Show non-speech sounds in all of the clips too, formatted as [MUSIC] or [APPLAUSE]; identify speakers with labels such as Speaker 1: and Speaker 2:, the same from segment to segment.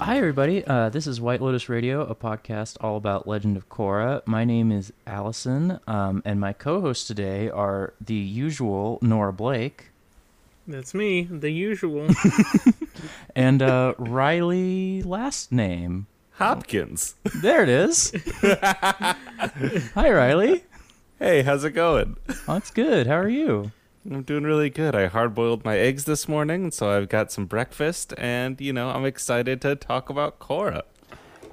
Speaker 1: everybody. Uh, this is White Lotus Radio, a podcast all about Legend of Korra. My name is Allison, um, and my co-hosts today are the usual Nora Blake
Speaker 2: That's me, the usual.
Speaker 1: and
Speaker 2: [LAUGHS]
Speaker 1: uh, Riley. Last name.
Speaker 3: Hopkins. [LAUGHS]
Speaker 1: There it
Speaker 2: [LAUGHS]
Speaker 1: is. Hi, Riley. Oh,
Speaker 3: Hey, how's it going?
Speaker 1: That's good. How are you?
Speaker 3: I'm doing really good. I hard boiled my eggs this morning, so I've got some breakfast, and you know, I'm excited to talk about Korra.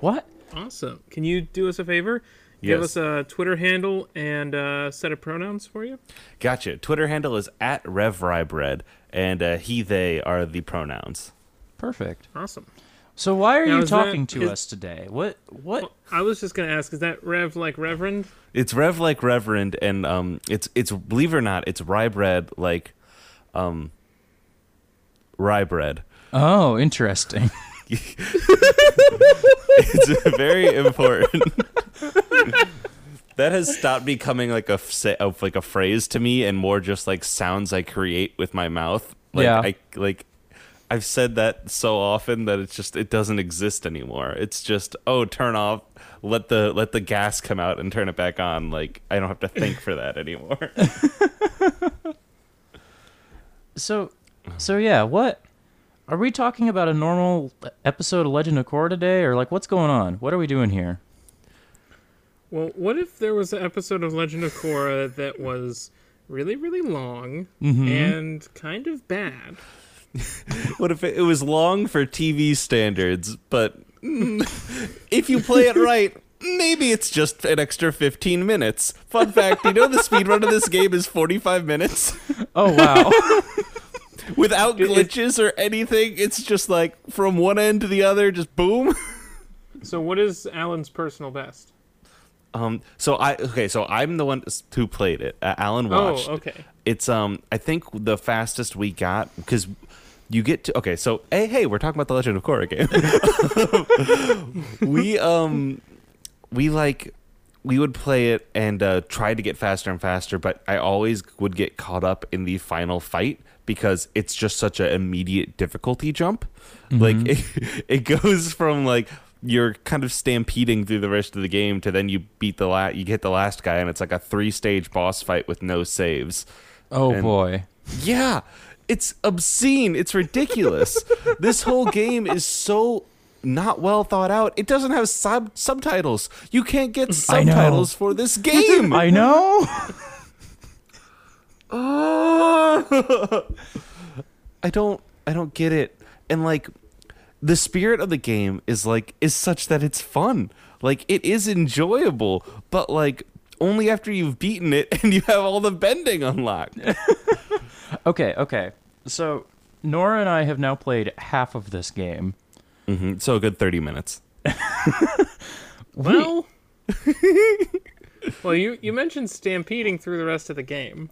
Speaker 1: What?
Speaker 2: awesome. Can you do us a favor? Give us
Speaker 3: Yes.
Speaker 2: a Twitter handle and a set of pronouns for you.
Speaker 3: Gotcha. Twitter handle is at RevRyBread, and uh, he, they are the pronouns.
Speaker 1: Perfect.
Speaker 2: Awesome.
Speaker 1: So why are
Speaker 2: Now,
Speaker 1: you
Speaker 2: is that-
Speaker 1: talking to
Speaker 2: is-
Speaker 1: us today? What? What?
Speaker 2: I was just gonna ask, is that Rev like Reverend?
Speaker 3: It's Rev like Reverend, and um, it's it's believe it or not, it's rye bread like, um, rye bread.
Speaker 1: Oh, interesting.
Speaker 3: It's very important. that has stopped becoming like a f- sa- of like a phrase to me, and more just like sounds I create with my mouth. Like,
Speaker 1: Yeah.
Speaker 3: I like. I've said that so often that it's just it doesn't exist anymore. It's just oh, turn off, let the let the gas come out and turn it back on. Like I don't have to think for that anymore.
Speaker 1: So, so yeah, what are we talking about? A normal episode of Legend of Korra today, or like what's going on? What are we doing here?
Speaker 2: Well, what if there was an episode of Legend of Korra that was really, really long and kind of bad?
Speaker 3: What if it, it was long for TV standards, but mm, if you play it right, maybe it's just an extra 15 minutes. Fun fact, you know the speed run of this game is 45 minutes [LAUGHS]
Speaker 1: Oh wow,
Speaker 3: without glitches or anything. It's just like from one end to the other, just boom.
Speaker 2: So, what is Alan's personal best?
Speaker 3: Um so I okay, so I'm the one who played it. Uh, Alan watched.
Speaker 2: Oh, okay.
Speaker 3: It's um I think the fastest we got because you get to okay, so hey hey, we're talking about the Legend of Korra game. [LAUGHS] we um we like we would play it and uh, try to get faster and faster, but I always would get caught up in the final fight because it's just such an immediate difficulty jump. Like [LAUGHS] it, it goes from like you're kind of stampeding through the rest of the game to then you beat the last you get the last guy and it's like a three stage boss fight with no saves.
Speaker 1: oh
Speaker 3: And-
Speaker 1: boy.
Speaker 3: Yeah, it's obscene.
Speaker 1: [LAUGHS]
Speaker 3: It's ridiculous. this whole game is so not well thought out. It doesn't have sub- subtitles. You can't get
Speaker 1: I know.
Speaker 3: subtitles for this
Speaker 1: [LAUGHS]
Speaker 3: game.
Speaker 1: I know.
Speaker 3: Ah. [LAUGHS] I don't I don't get it. And like the spirit of the game is like is such that it's fun. Like it is enjoyable, but like only after you've beaten it [LAUGHS] and you have all the
Speaker 1: [LAUGHS]
Speaker 3: bending unlocked.
Speaker 1: Okay, okay. So Nora and I have now played half of this game.
Speaker 3: Mhm, So a good 30 minutes.
Speaker 2: Well, well, you you mentioned stampeding through the rest of the game.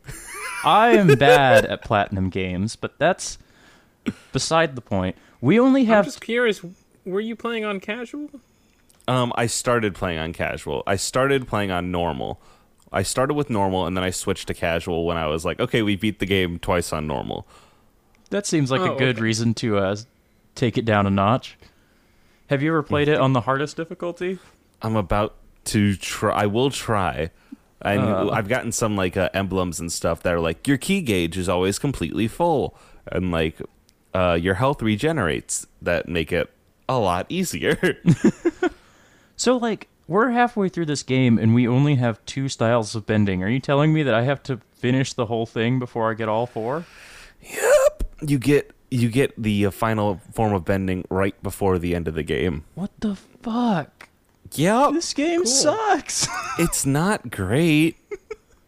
Speaker 1: I am bad at platinum games, but that's beside the point. We only
Speaker 2: I'm
Speaker 1: have
Speaker 2: just curious, were you playing on casual?
Speaker 3: Um, I started playing on casual. I started playing on normal. I started with normal, and then I switched to casual when I was like, okay, we beat the game twice on normal.
Speaker 1: that seems like a
Speaker 2: Oh,
Speaker 1: good
Speaker 2: okay.
Speaker 1: reason to uh take it down a notch. Have you ever played it on the hardest difficulty?
Speaker 3: I'm about to try. I will try. I I've gotten some like uh, emblems and stuff that are like your key gauge is always completely full, and like uh, your health regenerates that make it a lot easier.
Speaker 1: So like we're halfway through this game and we only have two styles of bending. Are you telling me that I have to finish the whole thing before I get all four?
Speaker 3: you get you get the uh, final form of bending right before the end of the game.
Speaker 1: What the fuck?
Speaker 3: Yep.
Speaker 1: This game sucks. [LAUGHS]
Speaker 3: it's not great.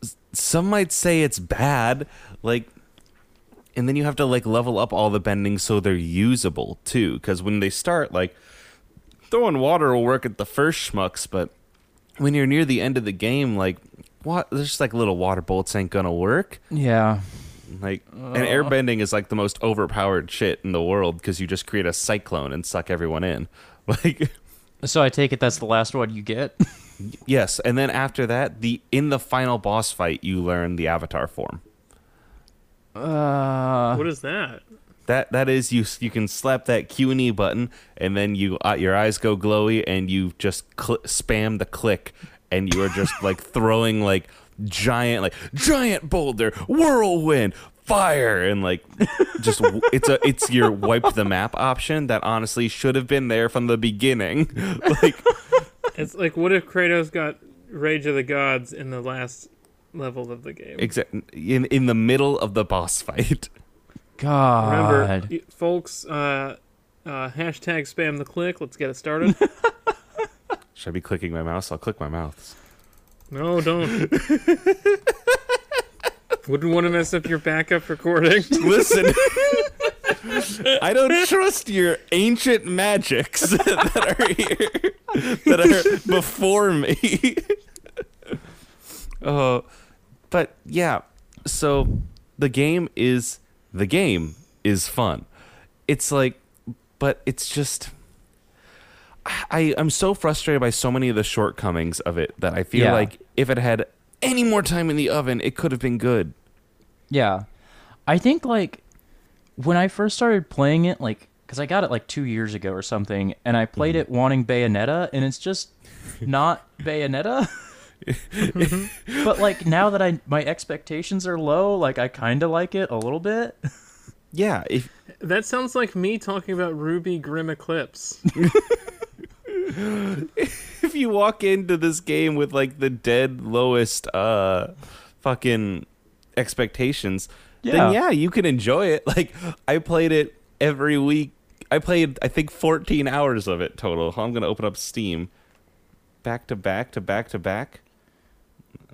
Speaker 3: S- Some might say it's bad. Like, and then you have to like level up all the bending so they're usable too. Because when they start, like throwing water will work at the first schmucks, but when you're near the end of the game, like what? There's just like little water bolts ain't gonna work.
Speaker 1: yeah.
Speaker 3: Like, and airbending is like the most overpowered shit in the world because you just create a cyclone and suck everyone in. [LAUGHS] Like.
Speaker 1: So I take it that's the last one you get.
Speaker 3: Yes, and then after that, the in the final boss fight, you learn the avatar form.
Speaker 1: Uh,
Speaker 2: What is that?
Speaker 3: That that is you. You can slap that Q and E button, and then you uh, your eyes go glowy, and you just cl- spam the click, and you are just like throwing like giant like giant boulder whirlwind fire and like just w- it's a it's your wipe the map option that honestly should have been there from the beginning [LAUGHS] like
Speaker 2: It's like, what if Kratos got Rage of the Gods in the last level of the game?
Speaker 3: exact in in the middle of the boss fight [LAUGHS]
Speaker 1: God.
Speaker 2: Remember, y folks, uh, uh, hashtag spam the click. Let's get it started.
Speaker 3: should i be clicking my mouse i'll click my mouth
Speaker 2: no, don't. Wouldn't want to mess up your backup recording.
Speaker 3: listen i don't trust your ancient magics [LAUGHS] that are here that are before [LAUGHS] me uh, but yeah so the game is the game is fun it's like but it's just I, I'm so frustrated by so many of the shortcomings of it that I feel
Speaker 1: Yeah.
Speaker 3: like if it had any more time in the oven, it could have been good.
Speaker 1: Yeah. I think like when I first started playing it like cuz I got it like 2 years ago or something and I played it wanting Bayonetta and it's just not Bayonetta. [LAUGHS] but like now that I my expectations are low, like I kind of like it a little bit.
Speaker 3: Yeah, if
Speaker 2: that sounds like me talking about Ruby Grim Eclipse.
Speaker 3: if you walk into this game with like the dead lowest uh fucking expectations
Speaker 1: Yeah.
Speaker 3: then yeah you can enjoy it [LAUGHS] like i played it every week i played i think 14 hours of it total i'm gonna open up steam back to back to back to back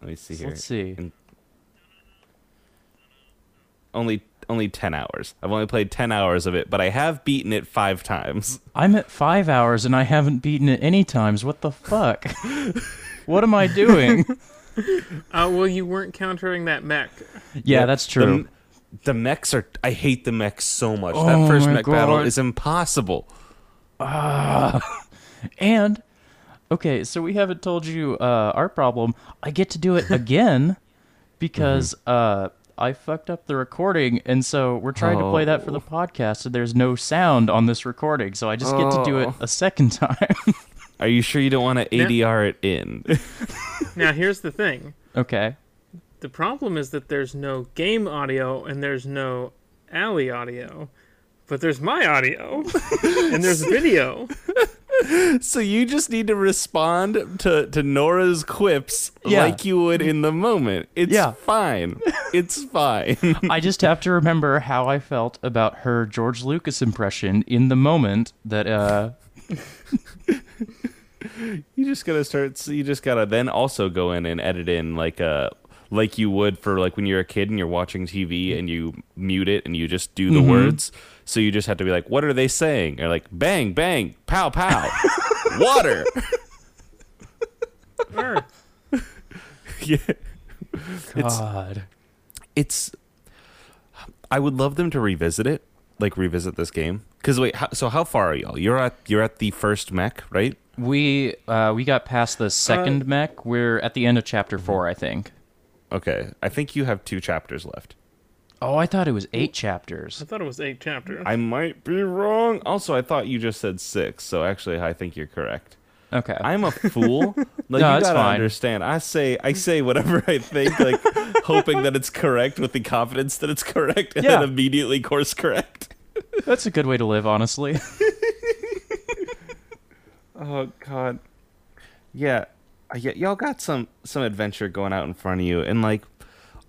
Speaker 3: let me see here
Speaker 1: Let's see.
Speaker 3: only only 10 hours i've only played 10 hours of it but i have beaten it five times
Speaker 1: I'm at 5 hours and I haven't beaten it any times. What the fuck? what am I doing?
Speaker 2: Uh, well, you weren't countering that mech.
Speaker 1: yeah, that's
Speaker 3: Um,
Speaker 1: true.
Speaker 3: The, the mechs are. I hate the mechs so much.
Speaker 1: Oh
Speaker 3: that first
Speaker 1: my
Speaker 3: mech battle
Speaker 1: God.
Speaker 3: is impossible.
Speaker 1: And okay, so we haven't told you uh, our problem. I get to do [LAUGHS] it again because uh, I fucked up the recording, and so we're trying to play that for the podcast. And there's no sound on this recording, so I just get to do it
Speaker 3: Oh.
Speaker 1: a second [LAUGHS] time.
Speaker 3: Are you sure you don't want to ADR it in?
Speaker 2: Now, here's the thing.
Speaker 1: okay.
Speaker 2: The problem is that there's no game audio and there's no alley audio, but there's my
Speaker 3: [LAUGHS]
Speaker 2: audio and there's video.
Speaker 3: [LAUGHS] so you just need to respond to, to Nora's quips
Speaker 1: Yeah.
Speaker 3: like you would in the moment. It's
Speaker 1: Yeah.
Speaker 3: [LAUGHS] fine. It's fine. [LAUGHS]
Speaker 1: I just have to remember how I felt about her George Lucas impression in the moment that uh
Speaker 3: you just gotta start. so You just gotta then also go in and edit in like a. Like you would for like when you're a kid and you're watching TV and you mute it and you just do the words. So you just have to be like, what are they saying? Or like, bang, bang, pow, [LAUGHS] pow, [LAUGHS] water.
Speaker 2: Sure.
Speaker 3: yeah.
Speaker 1: God.
Speaker 3: it's I would love them to revisit it, like revisit this game. Cause wait, how, so how far are y'all? You're at you're at the first mech, right?
Speaker 1: We uh we got past the second mech. We're at the end of chapter 4, I think.
Speaker 3: Okay, I think you have two chapters left.
Speaker 1: Oh, I thought it was 8 chapters.
Speaker 2: I thought it was eight chapters.
Speaker 3: I might be wrong. Also, I thought you just said six, so actually, I think you're correct.
Speaker 1: Okay.
Speaker 3: I'm a
Speaker 1: [LAUGHS]
Speaker 3: fool. Like
Speaker 1: No,
Speaker 3: you
Speaker 1: it's
Speaker 3: gotta
Speaker 1: fine.
Speaker 3: understand. I say I say whatever I think, like hoping that it's correct with the confidence that it's correct, and
Speaker 1: Yeah.
Speaker 3: then immediately course correct.
Speaker 1: That's a good way to live, honestly. [LAUGHS]
Speaker 3: Oh God, yeah, I- y- y'all got some some adventure going out in front of you, and like,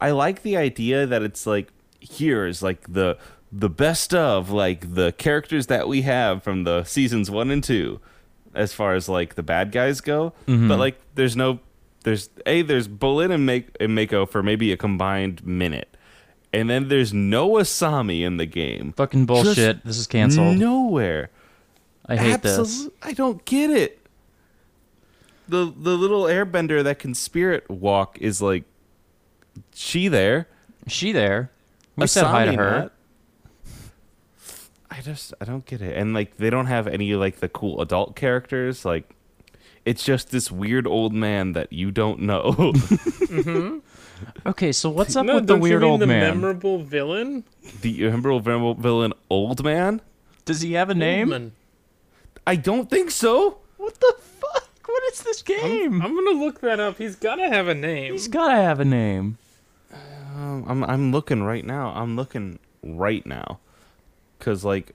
Speaker 3: I like the idea that it's like here is like the the best of like the characters that we have from the seasons one and two, as far as like the bad guys go. But like, there's no there's a there's Bolin and Make and Mako for maybe a combined minute, and then there's no Asami in the game.
Speaker 1: Fucking bullshit. this is canceled.
Speaker 3: Nowhere.
Speaker 1: I hate this.
Speaker 3: Absolute- I don't get it. The the little airbender that can spirit walk is like she there.
Speaker 1: She there. We said hi to
Speaker 3: Asami
Speaker 1: her.
Speaker 3: not. I just I don't get it. And like they don't have any like the cool adult characters like It's just this weird old man that you don't know. [LAUGHS]
Speaker 1: Okay, so
Speaker 2: [LAUGHS]
Speaker 1: what's up
Speaker 2: no,
Speaker 1: with the
Speaker 2: don't you
Speaker 1: weird
Speaker 2: mean
Speaker 1: old
Speaker 2: the
Speaker 1: man?
Speaker 2: memorable villain?
Speaker 3: the Emerald Venerable villain, Old Man?
Speaker 1: Does he have a name?
Speaker 2: Oldman.
Speaker 3: I don't think so.
Speaker 1: What the fuck? What is this game?
Speaker 2: I'm gonna look that up. He's gotta have a name.
Speaker 1: He's gotta have a name.
Speaker 3: Um, I'm I'm looking right now. I'm looking right now, cause like,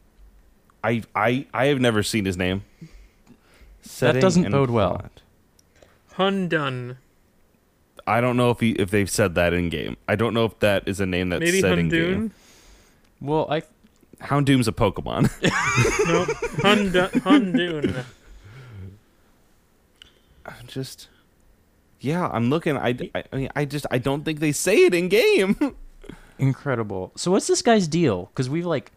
Speaker 3: I I I have never seen his name. Setting
Speaker 1: doesn't
Speaker 3: and
Speaker 1: bode well.
Speaker 3: plot.
Speaker 2: Hundun.
Speaker 3: I don't know if he if they've said that in game. I don't know if that is a name that's
Speaker 2: Maybe
Speaker 3: said in game.
Speaker 2: Hundun.
Speaker 1: Well, I
Speaker 3: Houndoom's a Pokemon. [LAUGHS]
Speaker 2: No, Hundun. Hundun.
Speaker 3: I'm just, yeah, I'm looking. I, I I mean, I just I don't think they say it in game. [LAUGHS]
Speaker 1: incredible. So what's this guy's deal? Because we've like,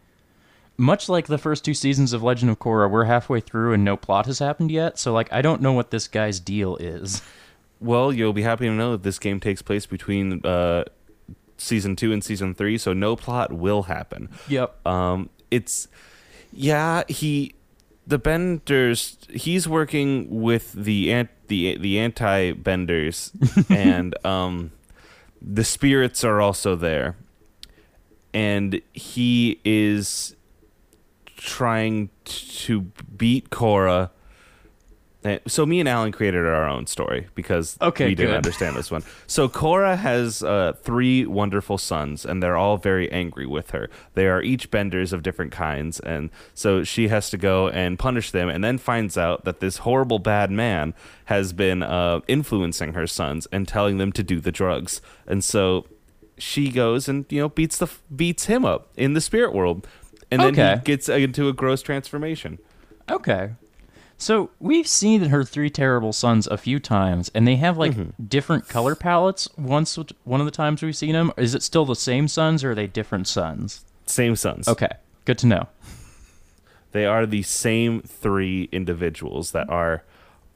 Speaker 1: much like the first two seasons of Legend of Korra, we're halfway through and no plot has happened yet. So like, I don't know what this guy's deal is. [LAUGHS]
Speaker 3: well, you'll be happy to know that this game takes place between uh, season two and season three, so no plot will happen.
Speaker 1: Yep.
Speaker 3: Um, it's yeah, he the Benders. He's working with the ant the the anti
Speaker 1: [LAUGHS]
Speaker 3: Benders, and um, the spirits are also there, and he is trying to beat Cora. So me and Alan created our own story because
Speaker 1: Okay,
Speaker 3: we didn't
Speaker 1: good.
Speaker 3: understand this one. So Cora has uh, three wonderful sons, and they're all very angry with her. They are each benders of different kinds, and so she has to go and punish them, and then finds out that this horrible bad man has been uh, influencing her sons and telling them to do the drugs, and so she goes and you know beats the beats him up in the spirit world, and then
Speaker 1: Okay.
Speaker 3: he gets into a gross transformation.
Speaker 1: Okay. So we've seen her three terrible sons a few times, and they have like different color palettes. Once one of the times we've seen them, is it still the same sons or are they different sons?
Speaker 3: Same sons.
Speaker 1: Okay, good to know.
Speaker 3: They are the same three individuals that are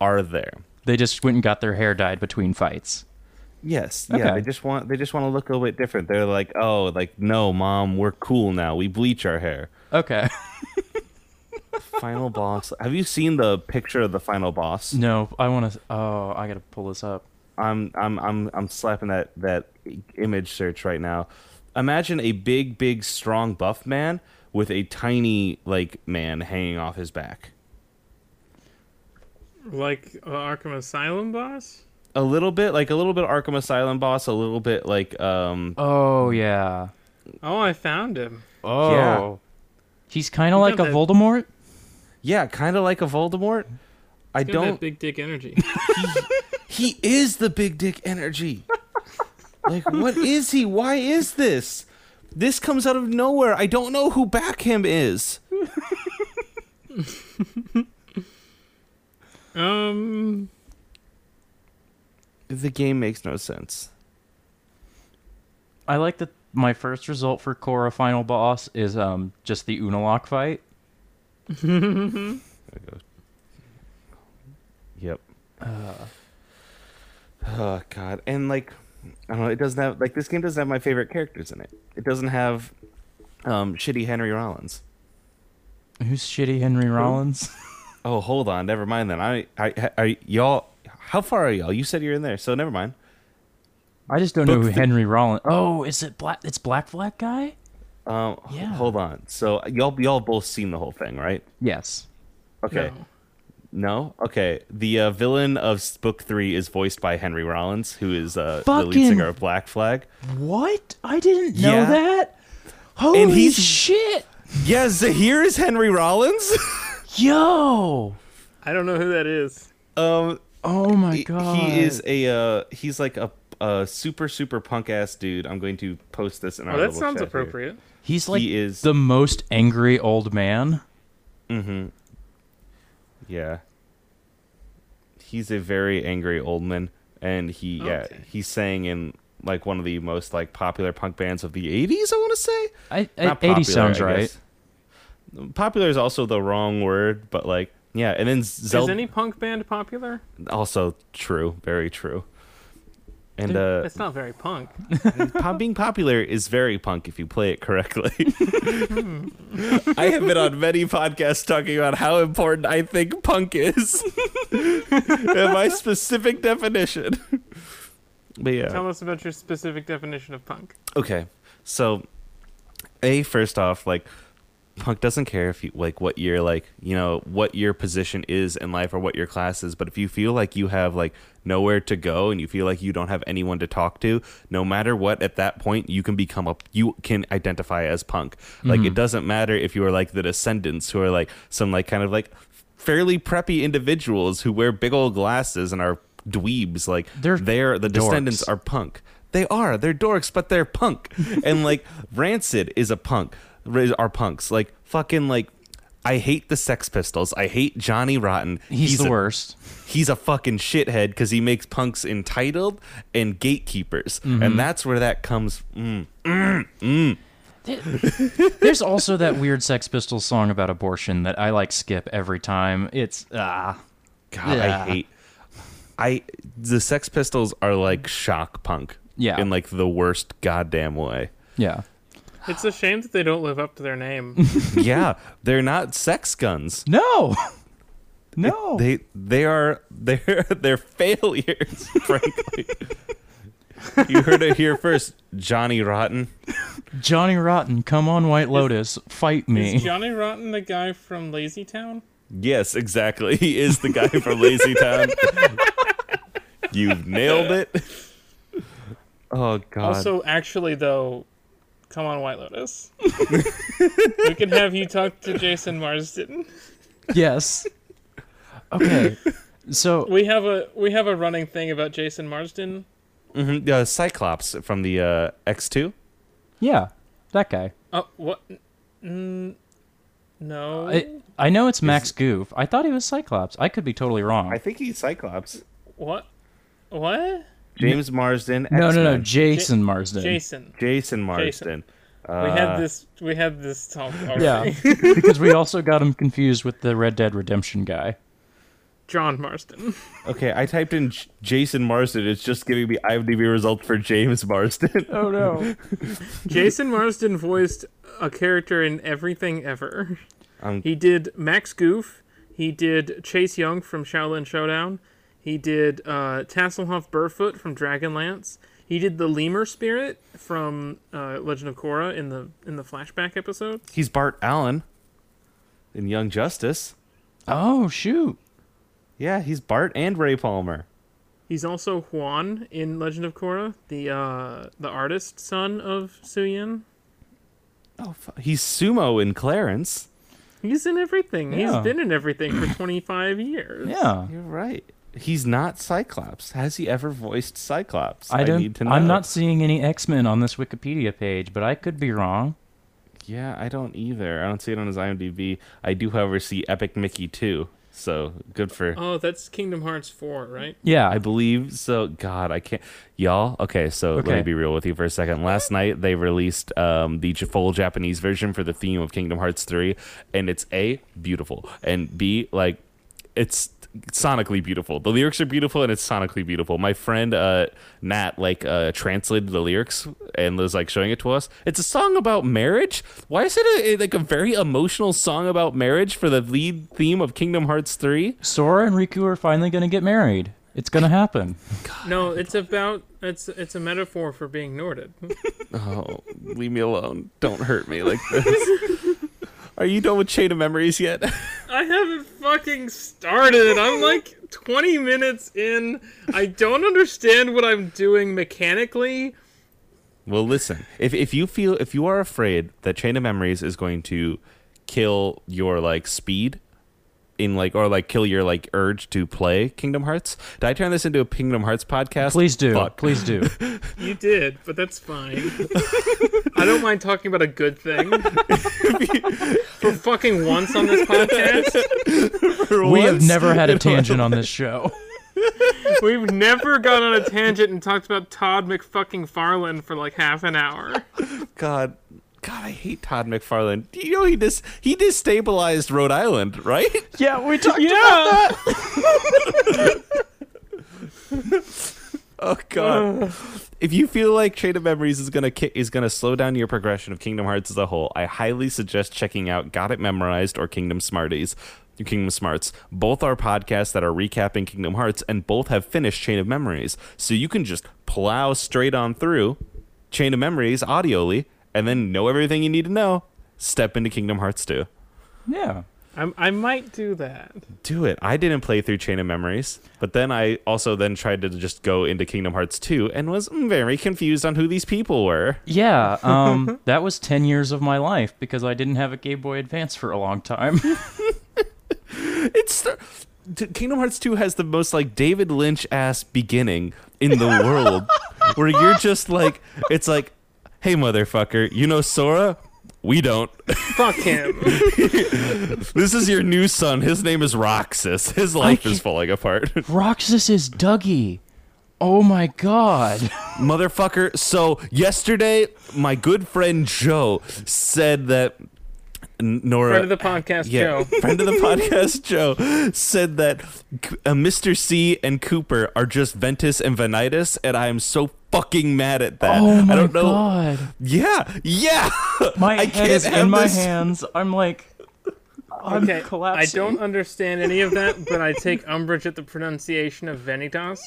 Speaker 3: are there.
Speaker 1: They just went and got their hair dyed between fights.
Speaker 3: Yes.
Speaker 1: Okay.
Speaker 3: Yeah. They just want they just want to look a little bit different. They're like, oh, like no, mom, we're cool now. We bleach our hair.
Speaker 1: Okay.
Speaker 3: Final boss. Have you seen the picture of the final
Speaker 1: [LAUGHS]
Speaker 3: boss?
Speaker 1: No, I want to. Oh, I gotta pull this up.
Speaker 3: I'm I'm I'm I'm slapping that that image search right now. Imagine a big, big, strong buff man with a tiny like man hanging off his back.
Speaker 2: Like uh, Arkham Asylum boss?
Speaker 3: A little bit like a little bit Arkham Asylum boss. A little bit like um
Speaker 1: Oh yeah.
Speaker 2: Oh, I found him.
Speaker 1: Oh. He's kind of
Speaker 2: You
Speaker 1: like a
Speaker 2: got that-
Speaker 1: Voldemort.
Speaker 3: yeah, kind of like a Voldemort. I
Speaker 2: He's got
Speaker 3: don't
Speaker 2: that big dick energy.
Speaker 3: He is the big dick energy. like, what is he? Why is this? This comes out of nowhere. I don't know who back him is.
Speaker 2: um,
Speaker 3: The game makes no sense.
Speaker 1: I like that. My first result for Korra final boss is um just the Unalak fight.
Speaker 3: Yep. Uh, oh god. And like I don't know, it doesn't have like this game doesn't have my favorite characters in it. It doesn't have um shitty Henry Rollins.
Speaker 1: Who's shitty Henry Rollins?
Speaker 3: Oh, hold on. Never mind then. I I, I y'all how far are y'all? You said you're in there, so never mind.
Speaker 1: I just don't know
Speaker 3: Books
Speaker 1: who
Speaker 3: the-
Speaker 1: Henry Rollins. Oh, is it black? It's Black Black guy.
Speaker 3: Um h-
Speaker 1: Yeah.
Speaker 3: hold on. So y'all y'all both seen the whole thing, right?
Speaker 1: Yes.
Speaker 3: Okay.
Speaker 2: no.
Speaker 3: No. Okay. The uh, villain of s- book three is voiced by Henry Rollins, who is uh, the
Speaker 1: Fucking-
Speaker 3: lead singer of Black Flag.
Speaker 1: What? I didn't know
Speaker 3: Yeah.
Speaker 1: that. Holy
Speaker 3: he's-
Speaker 1: shit!
Speaker 3: Yeah, Zahir is Henry Rollins. [LAUGHS]
Speaker 1: Yo.
Speaker 2: I don't know who that is.
Speaker 3: um,
Speaker 1: Oh my
Speaker 3: he-
Speaker 1: god.
Speaker 3: he is a uh, he's like a, a super super punk ass dude. I'm going to post this in our.
Speaker 2: Oh, that
Speaker 3: little
Speaker 2: sounds
Speaker 3: chat here.
Speaker 2: appropriate.
Speaker 1: He's like
Speaker 3: He is-
Speaker 1: the most angry old man.
Speaker 3: Yeah. He's a very angry old man, and he yeah
Speaker 2: Okay.
Speaker 3: he sang in like one of the most like popular punk bands of the 80s. I want to say.
Speaker 1: I, I-
Speaker 3: Not
Speaker 1: 80
Speaker 3: popular,
Speaker 1: sounds
Speaker 3: I
Speaker 1: right.
Speaker 3: guess. Popular is also the wrong word, but like, yeah. And then
Speaker 2: Is
Speaker 3: Zelda
Speaker 2: any punk band popular?
Speaker 3: also true, very true. And uh,
Speaker 2: That's not very punk.
Speaker 3: pop- being popular is very punk if you play it correctly. [LAUGHS] I have been on many podcasts talking about how important I think punk is. [LAUGHS] and my specific definition. But yeah.
Speaker 2: Tell us about your specific definition of punk.
Speaker 3: Okay. So A first off, like punk doesn't care if you like what your like, you know, what your position is in life or what your class is, but if you feel like you have like nowhere to go and you feel like you don't have anyone to talk to, no matter what at that point you can become a you can identify as punk. Like
Speaker 1: Mm-hmm.
Speaker 3: it doesn't matter if you are like the descendants who are like some like kind of like fairly preppy individuals who wear big old glasses and are dweebs like
Speaker 1: They're
Speaker 3: they're the
Speaker 1: dorks.
Speaker 3: descendants are punk. They are. They're dorks, but
Speaker 1: [LAUGHS]
Speaker 3: they're punk. and like Rancid is a punk. Ra- Are punks like fucking like? I hate the Sex Pistols. I hate Johnny Rotten.
Speaker 1: He's, the [LAUGHS]
Speaker 3: a,
Speaker 1: worst.
Speaker 3: He's a fucking shithead because he makes punks entitled and gatekeepers,
Speaker 1: Mm-hmm.
Speaker 3: and that's where that comes. Mm.
Speaker 1: There's also that weird Sex Pistols song about abortion that I like skip every time. It's ah,
Speaker 3: God,
Speaker 1: Yeah.
Speaker 3: I hate. I the Sex Pistols are like shock punk.
Speaker 1: Yeah.
Speaker 3: in like the worst
Speaker 1: [LAUGHS]
Speaker 3: goddamn way.
Speaker 1: yeah.
Speaker 2: It's a shame that they don't live up to their name.
Speaker 3: yeah, they're not sex guns.
Speaker 1: No. [LAUGHS] No.
Speaker 3: They they are [LAUGHS] they're they're failures, [LAUGHS] frankly. you heard it here first, Johnny Rotten.
Speaker 1: Johnny Rotten, come on White Lotus, fight me.
Speaker 2: Is Johnny Rotten the guy from Lazy Town?
Speaker 3: Yes, exactly. He is the guy from Lazy Town. You've nailed it. Oh god.
Speaker 2: Also, actually, though, come on, White Lotus. we can have you talk to Jason Marsden.
Speaker 1: yes. Okay. So
Speaker 2: We have a we have a running thing about Jason Marsden.
Speaker 3: Mhm, uh, Cyclops from the uh, X2.
Speaker 1: yeah, that guy.
Speaker 2: Oh, what? Mm, no.
Speaker 1: I I know it's Max Goof. I thought he was Cyclops. I could be totally wrong.
Speaker 3: think he's Cyclops.
Speaker 2: what? What?
Speaker 3: James Marsden.
Speaker 1: no, no, no.
Speaker 3: X-Men,
Speaker 1: Jason Marsden.
Speaker 2: Jason.
Speaker 3: Jason Marsden.
Speaker 2: we had this. We had this talk already.
Speaker 1: Yeah, because we also got him confused with the Red Dead Redemption guy.
Speaker 2: John Marsden. [LAUGHS]
Speaker 3: Okay, I typed in J- Jason Marsden. It's just giving me IMDb results for James Marsden.
Speaker 1: Oh no.
Speaker 2: Jason Marsden voiced a character in everything ever.
Speaker 3: Um,
Speaker 2: he did Max Goof. He did Chase Young from Shaolin Showdown. He did uh, Tasselhoff Burfoot from Dragonlance. He did the lemur spirit from uh, Legend of Korra in the in the flashback episode.
Speaker 3: He's Bart Allen in Young Justice.
Speaker 1: Oh shoot.
Speaker 3: Yeah, he's Bart and Ray Palmer.
Speaker 2: He's also Juan in Legend of Korra, the uh, the artist son of Suyin.
Speaker 3: Oh, fu- he's Sumo in Clarence.
Speaker 2: He's in everything.
Speaker 1: Yeah.
Speaker 2: He's been in everything for 25 years.
Speaker 1: Yeah.
Speaker 3: You're right. He's not Cyclops. Has he ever voiced Cyclops?
Speaker 1: I don't.
Speaker 3: need to know.
Speaker 1: I'm not seeing any X Men on this Wikipedia page, but I could be wrong.
Speaker 3: Yeah, I don't either. I don't see it on his IMDb. I do, however, see Epic Mickey too. So good for.
Speaker 2: Oh, that's Kingdom Hearts 4, right?
Speaker 1: Yeah.
Speaker 3: I believe so. God, I can't. Y'all, okay. So let
Speaker 1: Okay.
Speaker 3: me be real with you for a second. Last night they released um, the j- full Japanese version for the theme of Kingdom Hearts three, and it's a beautiful and b like it's sonically beautiful. The lyrics are beautiful and it's sonically beautiful. My friend uh, Nat like uh, translated the lyrics and was like showing it to us. It's a song about marriage. Why is it a, like a very emotional song about marriage for the lead theme of Kingdom Hearts three?
Speaker 1: Sora and Riku are finally going to get married. It's going to happen.
Speaker 2: No, it's about it's it's a metaphor for being Norded.
Speaker 3: Oh, leave me alone. Don't hurt me like this. [LAUGHS] Are you done with Chain of Memories yet?
Speaker 2: [LAUGHS]
Speaker 3: [LAUGHS]
Speaker 2: I haven't fucking started. I'm like 20 minutes in. I don't understand what I'm doing mechanically.
Speaker 3: well, listen. If if you feel if you are afraid that Chain of Memories is going to kill your like speed in like or like kill your like urge to play Kingdom Hearts, did I turn this into a Kingdom Hearts podcast?
Speaker 1: Please do.
Speaker 3: Fuck.
Speaker 1: Please do.
Speaker 2: You did, but that's fine. I don't mind talking about a good thing. For fucking once on this podcast,
Speaker 1: we have never had a tangent on this show.
Speaker 2: we've never gone on a tangent and talked about Todd McFucking Farland for like half an hour.
Speaker 3: God. God, I hate Todd McFarlane. Do You know he dis he destabilized Rhode Island, right? [LAUGHS]
Speaker 1: yeah, we talked.
Speaker 2: Yeah.
Speaker 3: [LAUGHS] Oh god. if you feel like Chain of Memories is gonna ki- is gonna slow down your progression of Kingdom Hearts as a whole, I highly suggest checking out Got It Memorized or Kingdom Smarties. Kingdom Smarts. Both are podcasts that are recapping Kingdom Hearts, and both have finished Chain of Memories. So you can just plow straight on through Chain of Memories audially, and then know everything you need to know. Step into Kingdom Hearts 2.
Speaker 1: [LAUGHS] Yeah.
Speaker 2: I'm, I might do that.
Speaker 3: do it. I didn't play through Chain of Memories, but then I also then tried to just go into Kingdom Hearts 2 and was very confused on who these people were. [LAUGHS]
Speaker 1: Yeah, um, that was 10 years of my life because I didn't have a Game Boy Advance for a long time. [LAUGHS]
Speaker 3: It's the- T- Kingdom Hearts 2 has the most like David Lynch ass beginning
Speaker 2: [LAUGHS]
Speaker 3: in the world where you're just like it's like hey motherfucker, you know Sora? We don't. [LAUGHS]
Speaker 2: Fuck him.
Speaker 3: This is your new son. His name is Roxas. His life is
Speaker 1: can't-
Speaker 3: falling apart. [LAUGHS]
Speaker 1: Roxas is Dougie. Oh my
Speaker 3: [LAUGHS]
Speaker 1: god.
Speaker 3: motherfucker. So yesterday, my good friend Joe said that N- Nora,
Speaker 2: Friend of the podcast,
Speaker 3: yeah,
Speaker 2: Joe.
Speaker 3: [LAUGHS] friend of the podcast Joe, said that C- uh, Mr. C and Cooper are just Ventus and Venitus, and I am so fucking mad at that.
Speaker 1: Oh my
Speaker 3: I don't know.
Speaker 1: god.
Speaker 3: Yeah, yeah.
Speaker 1: My
Speaker 3: I
Speaker 1: head
Speaker 3: can't
Speaker 1: is in
Speaker 3: have
Speaker 1: my
Speaker 3: this.
Speaker 1: hands. I'm like I'm
Speaker 2: Okay, I
Speaker 1: collapsing.
Speaker 2: don't understand any of that, but I take umbrage at the pronunciation of Venitas.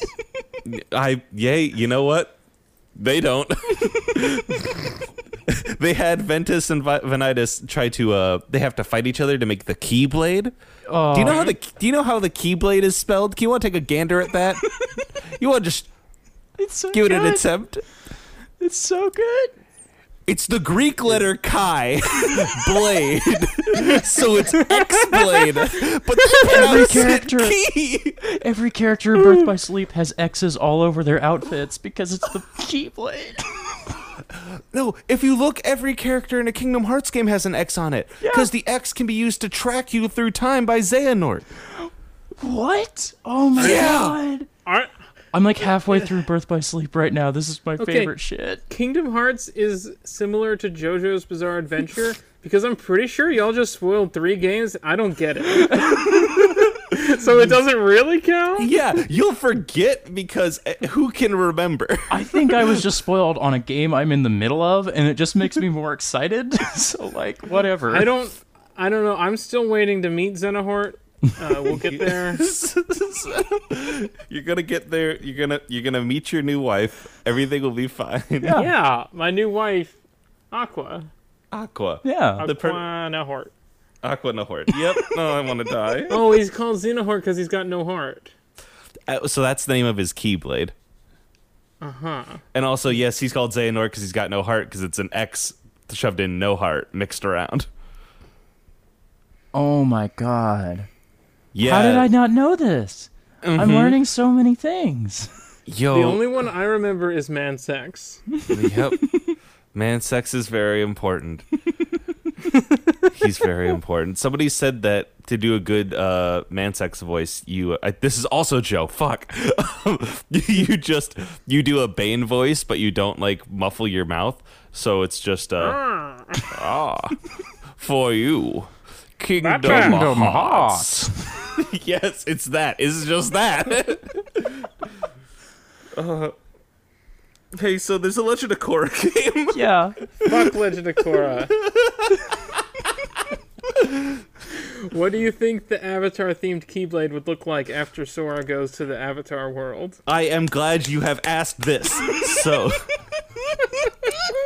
Speaker 3: I yay, you know what? They don't. [LAUGHS] they had Ventus and Vi- Venitus try to uh they have to fight each other to make the keyblade.
Speaker 1: Oh.
Speaker 3: Do you know how the do you know how the keyblade is spelled? Do you want to take a gander at that? you want to just
Speaker 1: it's so
Speaker 3: give
Speaker 1: good.
Speaker 3: it an attempt?
Speaker 1: It's so good.
Speaker 3: It's the Greek letter chi [LAUGHS] blade. so it's X blade. But they pronounce it
Speaker 1: character.
Speaker 3: key.
Speaker 1: Every character in Birth by Sleep has X's all over their outfits because it's the Keyblade.
Speaker 3: No, if you look, every character in a Kingdom Hearts game has an X on it. Because the X can be used to track you through time by Xehanort.
Speaker 1: What? Oh my
Speaker 3: Yeah.
Speaker 1: god.
Speaker 2: Aren't
Speaker 1: I'm like halfway through Birth by Sleep right now. This is my favorite shit.
Speaker 2: Kingdom Hearts is similar to JoJo's Bizarre Adventure because I'm pretty sure y'all just spoiled three games. I don't get it. so it [LAUGHS] doesn't really count?
Speaker 3: Yeah, you'll forget because uh, who can remember? [LAUGHS]
Speaker 1: I think I was just spoiled on a game I'm in the middle of, and it just makes
Speaker 3: [LAUGHS]
Speaker 1: me more excited. [LAUGHS] so like, whatever.
Speaker 2: I don't I don't know. I'm still waiting to meet Xenohort. Uh, we'll
Speaker 3: [LAUGHS]
Speaker 2: get there.
Speaker 3: you're gonna get there. You're gonna you're gonna meet your new wife. Everything will be fine.
Speaker 1: Yeah.
Speaker 2: Yeah, my new wife, Aqua.
Speaker 3: Aqua.
Speaker 1: Yeah.
Speaker 3: The per-
Speaker 2: Aquanahort.
Speaker 3: Aqua Nahort. Yep. No, I want
Speaker 1: [LAUGHS]
Speaker 3: to die.
Speaker 2: Oh, he's called Xenohort because he's got no heart.
Speaker 3: Uh, so that's the name of his keyblade.
Speaker 2: Uh huh.
Speaker 3: And also, yes, he's called Xehanort because he's got no heart because it's an X shoved in no heart mixed around.
Speaker 1: Oh my god.
Speaker 3: Yeah.
Speaker 1: How
Speaker 3: Mm-hmm.
Speaker 1: did I not know this? I'm learning so many
Speaker 3: [LAUGHS]
Speaker 1: things.
Speaker 3: Yo.
Speaker 2: The only one I remember is man sex.
Speaker 3: [LAUGHS] yep. Man, sex is very
Speaker 1: [LAUGHS]
Speaker 3: important. He's very important. Somebody said that to do a good uh, man sex voice, you. I, this is also Joe. Fuck. [LAUGHS] you just you do a Bane voice, but you don't like muffle your mouth, so it's just uh, ah for you, Kingdom,
Speaker 2: Kingdom
Speaker 3: Hearts. [LAUGHS] yes, it's that. It's just that. [LAUGHS] Uh, hey, so there's a Legend of Korra [LAUGHS] game.
Speaker 1: [LAUGHS] Yeah.
Speaker 2: Fuck Legend of Korra. [LAUGHS] what do you think the Avatar themed Keyblade would look like after Sora goes to the Avatar world?
Speaker 3: I am glad you have asked this. So,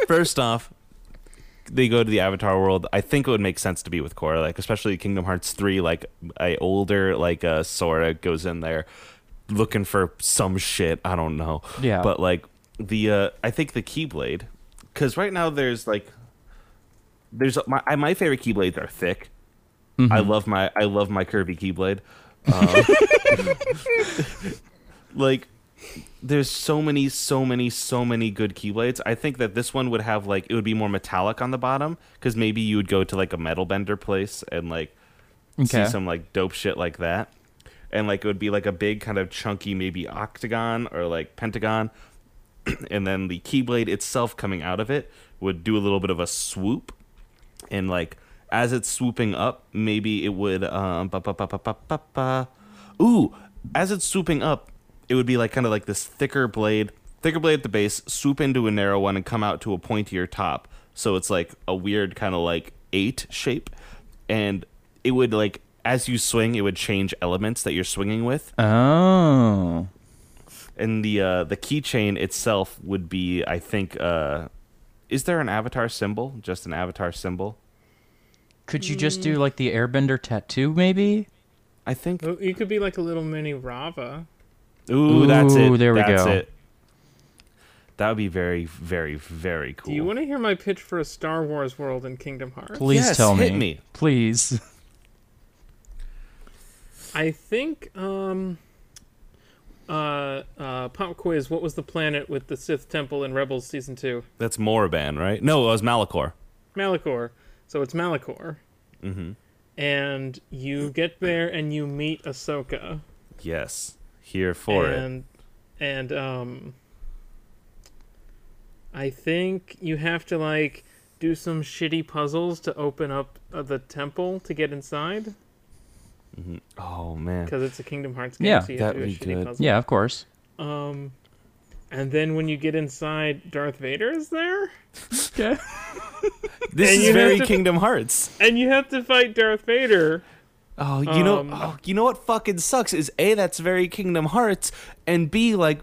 Speaker 3: first off, they go to the Avatar world. I think it would make sense to be with Korra, like especially Kingdom Hearts three. Like a older like uh, Sora goes in there looking for some shit. I don't know.
Speaker 1: Yeah.
Speaker 3: But like the uh, I think the Keyblade, because right now there's like there's my I- my favorite Keyblades are thick. I love my I love my curvy Keyblade. like there's so many so many so many good keyblades i think that this one would have like it would be more metallic on the bottom because maybe you would go to like a metal bender place and like
Speaker 1: Okay.
Speaker 3: see some like dope shit like that and like it would be like a big kind of chunky maybe octagon or like pentagon [CLEARS THROAT] and then the keyblade itself coming out of it would do a little bit of a swoop and like as it's swooping up maybe it would um ba, ba, ba, ba, ba, ba, ba. ooh as it's swooping up it would be like kind of like this thicker blade, thicker blade at the base, swoop into a narrow one, and come out to a pointier top. So it's like a weird kind of like eight shape, and it would like as you swing, it would change elements that you're swinging with,
Speaker 1: Oh.
Speaker 3: and the uh, the keychain itself would be, I think, uh, is there an avatar symbol? Just an avatar symbol?
Speaker 1: Could you just do like the airbender tattoo maybe?
Speaker 3: I think.
Speaker 2: Oh, You could be like a little mini Rava.
Speaker 3: Ooh, that's it.
Speaker 1: Ooh, there we
Speaker 3: That's
Speaker 1: go.
Speaker 3: it. That would be very, very, very cool.
Speaker 2: Do you want to hear my pitch for a Star Wars world in Kingdom Hearts?
Speaker 1: Please
Speaker 3: Yes,
Speaker 1: tell me.
Speaker 3: hit me.
Speaker 1: Please. [LAUGHS]
Speaker 2: I think um uh uh pop quiz what was the planet with the Sith temple in Rebels season 2?
Speaker 3: That's Moraban, right? No, it was Malachor. Mm-hmm.
Speaker 2: Malachor. So it's Malachor. Mhm. And you get there and you meet Ahsoka
Speaker 3: Yes, here for it.
Speaker 2: and and um I think you have to like do some shitty puzzles to open up uh, the temple to get inside
Speaker 3: Oh
Speaker 2: [LAUGHS]
Speaker 3: man,
Speaker 2: because it's a Kingdom Hearts game.
Speaker 1: Yeah,
Speaker 2: so you have
Speaker 3: that'd
Speaker 2: to do a
Speaker 3: be
Speaker 2: shitty
Speaker 3: good.
Speaker 2: puzzle.
Speaker 1: Yeah, of course.
Speaker 2: Um, and then when you get inside, Darth Vader is there,
Speaker 1: Okay.
Speaker 3: this
Speaker 2: and
Speaker 3: is
Speaker 2: you have
Speaker 3: very
Speaker 2: to-
Speaker 3: Kingdom Hearts.
Speaker 2: and you have to fight Darth Vader.
Speaker 3: Oh, you know,
Speaker 2: Um,
Speaker 3: oh, you know what fucking sucks is a that's very Kingdom Hearts, and b like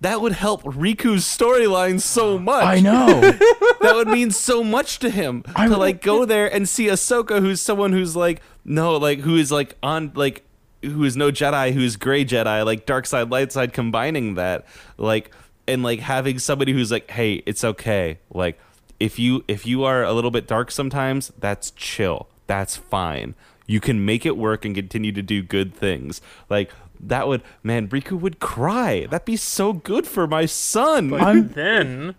Speaker 3: that would help Riku's storyline so much.
Speaker 1: I
Speaker 3: [LAUGHS]
Speaker 1: know.
Speaker 3: that would mean so much to him
Speaker 1: [LAUGHS] I
Speaker 3: to
Speaker 1: would-
Speaker 3: like go there and see Ahsoka, who's someone who's like no, like who is like on like who is no Jedi, who's gray Jedi, like dark side, light side, combining that, like and like having somebody who's like, hey, it's okay, like if you if you are a little bit dark sometimes, that's chill, that's fine. You can make it work and continue to do good things, like. That would man, Riku would cry. That'd be so good for my son.
Speaker 2: But [LAUGHS] then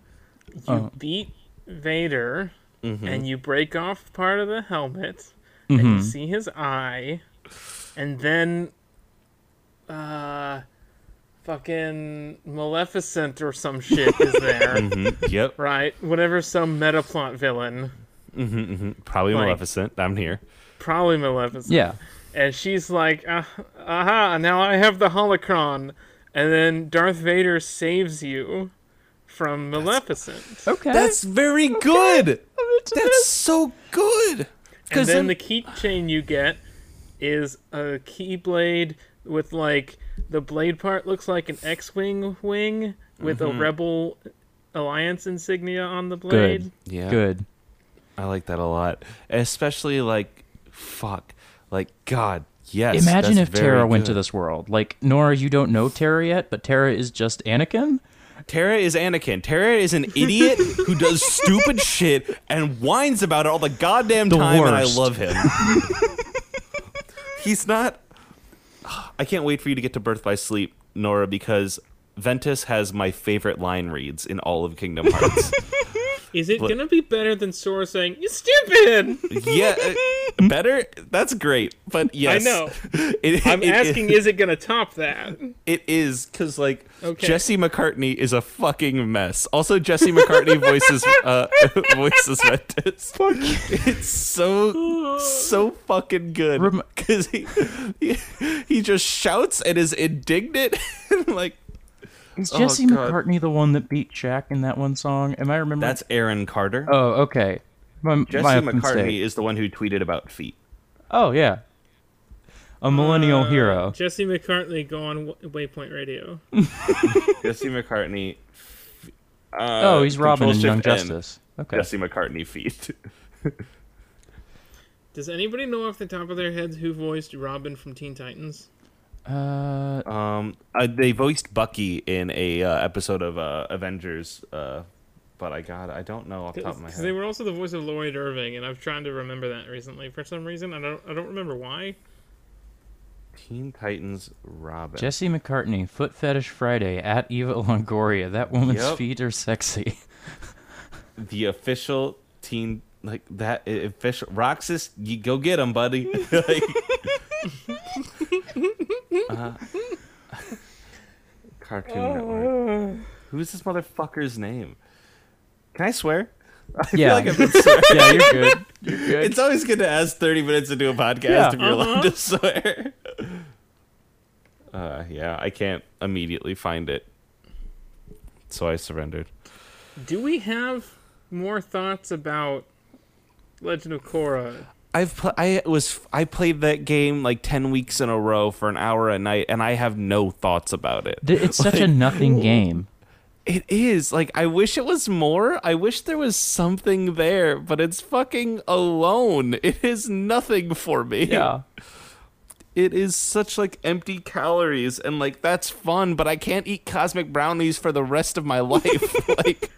Speaker 2: you beat Vader, and you break off part of the helmet, and you see his eye, and then, uh, fucking Maleficent or some shit is there,
Speaker 3: Mhm, [LAUGHS] yep.
Speaker 2: right? Whatever, some metaplot villain,
Speaker 3: Probably
Speaker 2: Like-
Speaker 3: Maleficent. I'm here.
Speaker 2: probably Maleficent.
Speaker 1: yeah.
Speaker 2: and she's like, "Ah- "Aha! Now I have the holocron." And then Darth Vader saves you from Maleficent.
Speaker 1: Okay. [LAUGHS]
Speaker 3: That's very good.
Speaker 1: into
Speaker 3: That's so good.
Speaker 2: And
Speaker 3: Because
Speaker 2: then the keychain you get is a keyblade with like the blade part looks like an X-wing wing with
Speaker 3: Mm-hmm.
Speaker 2: a Rebel Alliance insignia on the blade.
Speaker 1: good.
Speaker 3: yeah,
Speaker 1: Good.
Speaker 3: I like that a lot, especially like, fuck, like God, yes.
Speaker 1: Imagine
Speaker 3: that's
Speaker 1: if
Speaker 3: very
Speaker 1: Terra went to
Speaker 3: good.
Speaker 1: this world. Like Nora, you don't know Terra yet, but Terra is just Anakin.
Speaker 3: Terra is Anakin. Terra is
Speaker 1: [LAUGHS]
Speaker 3: an idiot who does stupid shit and whines about it all the goddamn
Speaker 1: The
Speaker 3: time, and I
Speaker 1: worst. [LAUGHS]
Speaker 3: love him. He's not. I can't wait for you to get to Birth by Sleep, Nora, because Ventus has my favorite line reads in all of Kingdom Hearts.
Speaker 2: Is it gonna be better than Sora saying "You stupid"?
Speaker 3: yeah,
Speaker 1: [LAUGHS]
Speaker 3: uh, better. That's great, but yes,
Speaker 2: know.
Speaker 3: [LAUGHS]
Speaker 2: [LAUGHS]
Speaker 3: It-
Speaker 2: I'm
Speaker 3: it- it-
Speaker 2: asking, is it gonna top that?
Speaker 3: It is because like
Speaker 2: Okay.
Speaker 3: Jesse McCartney is a fucking mess. Also, Jesse McCartney
Speaker 1: [LAUGHS]
Speaker 3: voices uh, [LAUGHS] voices Ventus. It's so so fucking good
Speaker 1: Rem-
Speaker 3: because he, he he just shouts and is indignant [LAUGHS] and like
Speaker 1: Is
Speaker 3: Oh,
Speaker 1: Jesse
Speaker 3: God.
Speaker 1: McCartney the one that beat Shaq in that one song? Am I remembering?
Speaker 3: that's Aaron Carter.
Speaker 1: Oh, okay. My,
Speaker 3: Jesse
Speaker 1: my
Speaker 3: McCartney
Speaker 1: mistake.
Speaker 3: is the one who tweeted about feet.
Speaker 1: Oh yeah. A millennial
Speaker 3: Uh, Oh.
Speaker 1: hero.
Speaker 2: Jesse McCartney go on Wa- Waypoint Radio.
Speaker 3: Jesse McCartney. f- Uh,
Speaker 1: oh, he's Robin
Speaker 3: Control
Speaker 1: in Young
Speaker 3: Shift N.
Speaker 1: Justice. Okay.
Speaker 3: Jesse McCartney feet. [LAUGHS]
Speaker 2: Does anybody know off the top of their heads who voiced Robin from Teen Titans?
Speaker 1: Uh,
Speaker 3: Um, uh, they voiced Bucky in a uh, episode of uh, Avengers, uh, but I got I don't know off the top of my
Speaker 2: Because
Speaker 3: head.
Speaker 2: they were also the voice of Lloyd Irving, and I've tried to remember that recently for some reason. I don't, I don't remember why.
Speaker 3: Teen Titans Robin.
Speaker 1: Jesse McCartney, Foot Fetish Friday at Eva Longoria. That woman's
Speaker 3: Yep.
Speaker 1: feet are sexy.
Speaker 3: the official teen like that i- official Roxas. You go get him, buddy. [LAUGHS] like, uh, [LAUGHS] Cartoon Network. Who's this motherfucker's name? Can I swear? [LAUGHS] I feel
Speaker 1: Yeah.
Speaker 3: like I've been swearing.
Speaker 1: [LAUGHS] yeah, you're good. You're good.
Speaker 3: [LAUGHS] It's always good to ask 30 minutes into a podcast
Speaker 1: Yeah.
Speaker 3: if you're allowed to swear. Uh, yeah, I can't immediately find it, so I surrendered.
Speaker 2: Do we have more thoughts about Legend of Korra?
Speaker 3: I've pl- I was I played that game like ten weeks in a row for an hour a night, and I have no thoughts about it.
Speaker 1: Th- It's such a nothing game.
Speaker 3: It is like I wish it was more. I wish there was something there, but it's fucking alone. It is nothing for me. It is such like empty calories and like that's fun, but I can't eat cosmic brownies for the rest [LAUGHS] of my life. like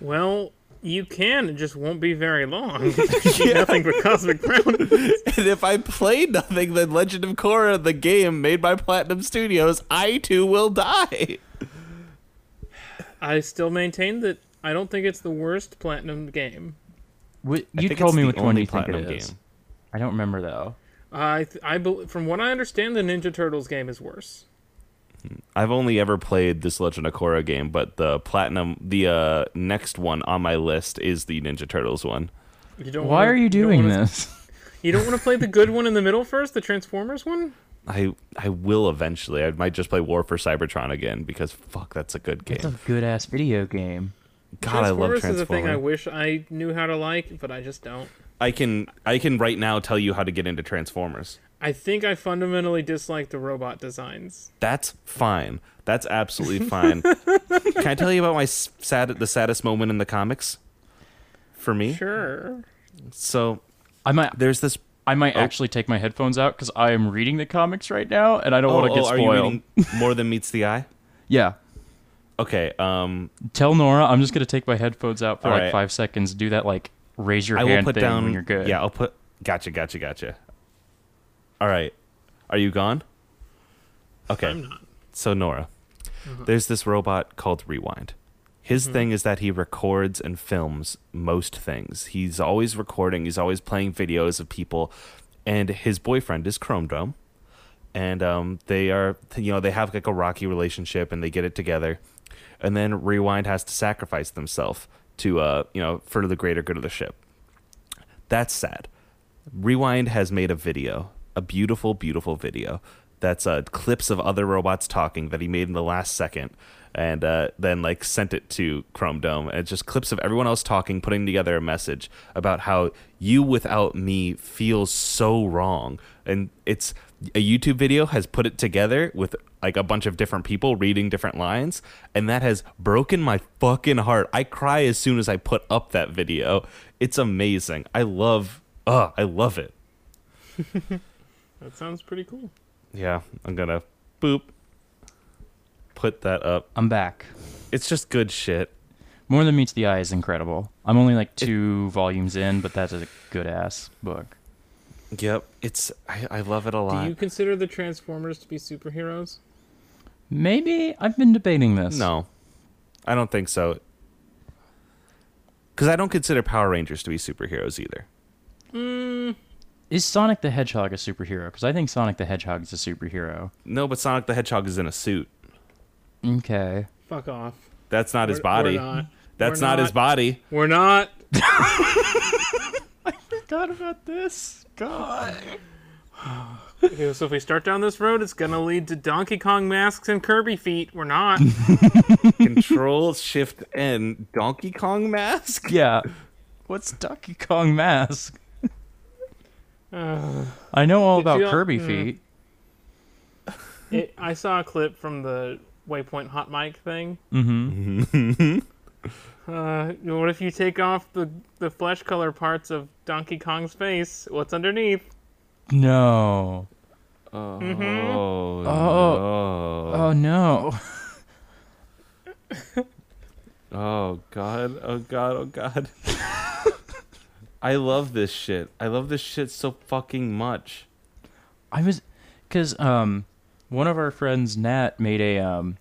Speaker 2: Well, you can, it just won't be very
Speaker 3: [LAUGHS]
Speaker 2: long. [LAUGHS] Eat Nothing but Cosmic Brown.
Speaker 3: and if I play nothing then Legend of Korra, the game made by Platinum Studios, I too will die.
Speaker 2: I still maintain that I don't think it's the worst platinum game.
Speaker 1: Wh-
Speaker 3: I
Speaker 1: you
Speaker 3: think
Speaker 1: told
Speaker 3: it's
Speaker 1: me
Speaker 3: the
Speaker 1: which one
Speaker 3: only
Speaker 1: you think it
Speaker 3: Platinum
Speaker 1: is.
Speaker 3: game.
Speaker 1: I don't remember though.
Speaker 2: I th- I bel from what I understand, the Ninja Turtles game is worse.
Speaker 3: I've only ever played this Legend of Korra game, but the platinum the uh next one on my list is the Ninja Turtles one.
Speaker 2: You don't.
Speaker 1: Why
Speaker 2: wanna-
Speaker 1: are you
Speaker 2: don't
Speaker 1: doing
Speaker 2: wanna-
Speaker 1: this? [LAUGHS]
Speaker 2: You don't want to play the good one in the middle first, the Transformers one.
Speaker 3: I I will eventually. I might just play War for Cybertron again because fuck, that's a good
Speaker 1: It's a
Speaker 3: game.
Speaker 1: good ass video game.
Speaker 3: God, I love
Speaker 2: Transformers is a thing I
Speaker 3: Transformers.
Speaker 2: wish I knew how to like, but I just don't.
Speaker 3: I can I can right now tell you how to get into Transformers.
Speaker 2: I think I fundamentally dislike the robot designs.
Speaker 3: That's fine. That's absolutely
Speaker 1: [LAUGHS]
Speaker 3: fine. can I tell you about my s- sad the saddest moment in the comics? For me,
Speaker 2: Sure.
Speaker 3: so
Speaker 1: I might
Speaker 3: there's this.
Speaker 1: I might
Speaker 3: Oh.
Speaker 1: actually take my headphones out because I am reading the comics right now and I don't
Speaker 3: Oh,
Speaker 1: want to get
Speaker 3: oh, are you
Speaker 1: spoiled.
Speaker 3: reading more than meets the eye?
Speaker 1: Yeah.
Speaker 3: Okay. Um,
Speaker 1: Tell Nora I'm just gonna take my headphones out for
Speaker 3: All
Speaker 1: like
Speaker 3: right.
Speaker 1: five seconds. Do that like raise your
Speaker 3: I will
Speaker 1: hand
Speaker 3: put
Speaker 1: thing
Speaker 3: down.
Speaker 1: when you're good.
Speaker 3: Yeah, I'll put. Gotcha, gotcha, gotcha. All right. Are you gone? Okay.
Speaker 2: I'm not. Uh-huh.
Speaker 3: So Nora, there's this robot called Rewind. His
Speaker 2: Hmm.
Speaker 3: thing is that he records and films most things. He's always recording. He's always playing videos of people, and his boyfriend is Chrome Dome, and um, they are you know they have like a rocky relationship and they get it together, and then Rewind has to sacrifice themselves to uh you know for the greater good of the ship. That's sad. Rewind has made a video, a beautiful, beautiful video that's uh, clips of other robots talking that he made in the last second, and uh, then like sent it to Chrome Dome. And it's just clips of everyone else talking, putting together a message about how you without me feels so wrong. And it's a YouTube video has put it together with like a bunch of different people reading different lines, and that has broken my fucking heart. I cry as soon as I put up that video. It's amazing. I love Ugh, I love it.
Speaker 2: That sounds pretty cool.
Speaker 3: Yeah, I'm gonna boop put that up.
Speaker 1: I'm back.
Speaker 3: It's just good shit.
Speaker 1: More than meets the eye is incredible. I'm only like two volumes in, but that's a good ass book.
Speaker 3: Yep, it's I, I love it a lot.
Speaker 2: Do you consider the Transformers to be superheroes?
Speaker 1: Maybe I've been debating this.
Speaker 3: No, I don't think so. Because I don't consider Power Rangers to be superheroes either.
Speaker 1: Is Sonic the Hedgehog a superhero? Because I think Sonic the Hedgehog is a superhero.
Speaker 3: No, but Sonic the Hedgehog is in a suit.
Speaker 1: Okay.
Speaker 2: Fuck off.
Speaker 3: That's not his
Speaker 2: We're-
Speaker 3: body.
Speaker 2: We're not.
Speaker 3: [LAUGHS] That's
Speaker 2: We're
Speaker 3: not, his
Speaker 2: [LAUGHS]
Speaker 3: body.
Speaker 2: We're not.
Speaker 1: Forgot about this. God.
Speaker 2: Okay, so if we start down this road, it's gonna lead to Donkey Kong masks and Kirby feet. We're
Speaker 3: [LAUGHS]
Speaker 2: not.
Speaker 3: Control Shift N Donkey Kong
Speaker 1: [LAUGHS]
Speaker 3: mask.
Speaker 1: Yeah. What's Donkey Kong mask?
Speaker 2: Uh,
Speaker 1: I know all
Speaker 2: Did
Speaker 1: about
Speaker 2: you all-
Speaker 1: Kirby
Speaker 2: mm.
Speaker 1: feet.
Speaker 2: it, I saw a clip from the Waypoint hot mic thing.
Speaker 1: Mm-hmm.
Speaker 2: Uh, what if you take off the the flesh color parts of Donkey Kong's face? What's underneath?
Speaker 1: No.
Speaker 3: Oh,
Speaker 1: Oh.
Speaker 3: no.
Speaker 1: Oh no.
Speaker 3: Oh god, oh god, oh god. [LAUGHS] I love this shit. I love this shit so fucking much.
Speaker 1: I was, cause um, one of our friends Nat made a um,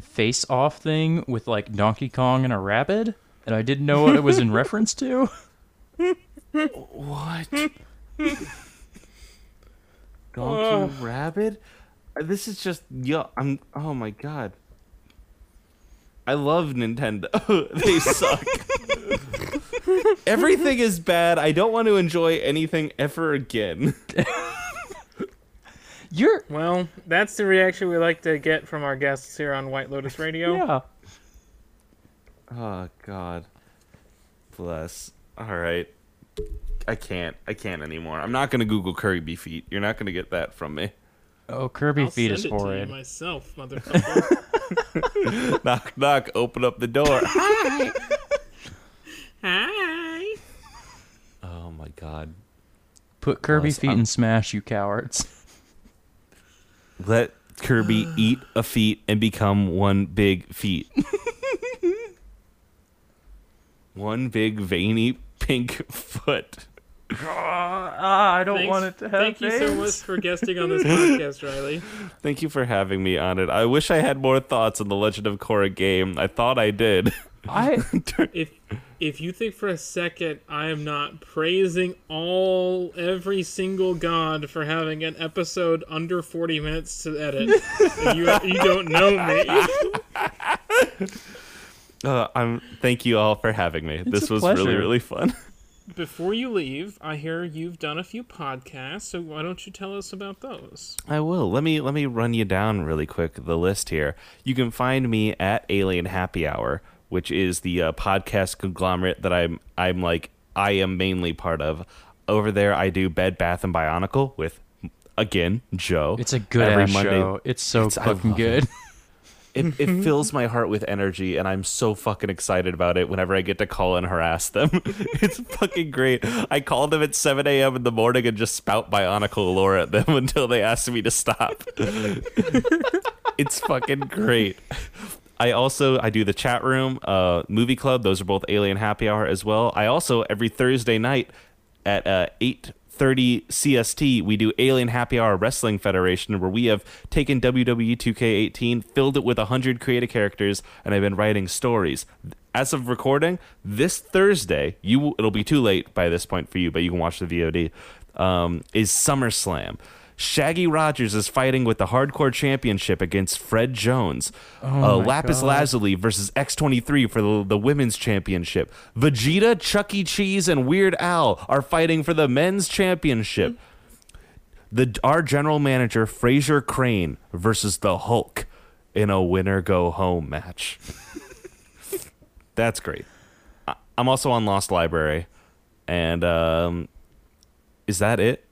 Speaker 1: face off thing with like Donkey Kong and a rabbit, and I didn't know what it was
Speaker 2: [LAUGHS]
Speaker 1: in reference to.
Speaker 3: [LAUGHS] What? Donkey Rabbit? Uh, This is just yo I'm oh my god. I love Nintendo. [LAUGHS] they suck. Everything is [LAUGHS] bad. I don't want to enjoy anything ever again.
Speaker 1: You're
Speaker 2: Well, that's the reaction we like to get from our guests here on White Lotus [LAUGHS] Radio.
Speaker 1: yeah.
Speaker 3: Oh God. Bless. All right. I can't. I can't anymore. I'm not gonna Google curry beef feet. You're not gonna get that from me. [LAUGHS]
Speaker 1: Oh, Kirby
Speaker 2: I'll
Speaker 1: feet
Speaker 2: send
Speaker 1: is
Speaker 2: it to you
Speaker 1: horrid.
Speaker 2: myself, motherfucker. [LAUGHS]
Speaker 3: knock knock. Open up the door.
Speaker 2: Hi.
Speaker 3: oh my God.
Speaker 1: Put Kirby
Speaker 3: Plus,
Speaker 1: feet
Speaker 3: I'm-
Speaker 1: in Smash, you cowards.
Speaker 3: Let Kirby eat a feet and become one big feet. one big veiny pink foot.
Speaker 1: I don't
Speaker 2: Thanks- Thank you so much for guesting on this podcast, Riley.
Speaker 3: Thank you for having me on it. I wish I had more thoughts on the Legend of Korra game. I thought I did. [LAUGHS]
Speaker 1: I
Speaker 2: If if you think for a second I am not praising all every single god for having an episode under 40 minutes to edit, you you don't know me.
Speaker 3: Uh, I'm. Thank you all for having me. this
Speaker 1: a
Speaker 3: was really
Speaker 1: pleasure.
Speaker 3: really fun.
Speaker 2: [LAUGHS]
Speaker 3: [LAUGHS]
Speaker 2: Before you leave, I hear you've done a few podcasts, so why don't you tell us about those?
Speaker 3: I will. Let me let me run you down really quick the list here. You can find me at Alien Happy Hour, which is the uh, podcast conglomerate that I'm I'm like I am mainly part of. Over there, I do Bed Bath and Bionicle with again Joe.
Speaker 1: It's a good
Speaker 3: every
Speaker 1: ass
Speaker 3: Monday.
Speaker 1: show. It's so
Speaker 3: It's- I
Speaker 1: fucking
Speaker 3: love it. [LAUGHS]
Speaker 1: good.
Speaker 3: It, it fills my heart with energy, and I'm so fucking excited about it. Whenever I get to call and harass them, [LAUGHS] it's fucking great. I call them at 7 a.m. in the morning and just spout Bionicle lore at them [LAUGHS] until they ask me to stop. it's fucking great. I also I do the chat room, uh, movie club. Those are both Alien Happy Hour as well. I also every Thursday night at uh, eight thirty CST we do Alien Happy Hour Wrestling Federation, where we have taken WWE Two K eighteen, filled it with hundred creative characters, and I've been writing stories. As of recording this Thursday, you it'll be too late by this point for you, but you can watch the VOD. Um, is SummerSlam. Shaggy Rogers is fighting with the Hardcore Championship against Fred Jones. uh, Lapis Lazuli versus X23 for the, the Women's Championship. Vegeta, Chuck E. Cheese, and Weird Al are fighting for the Men's Championship. The Our general manager, Fraser Crane, versus the Hulk in a winner go home match. [LAUGHS] That's great. I, I'm also on Lost Library. And um, is that it?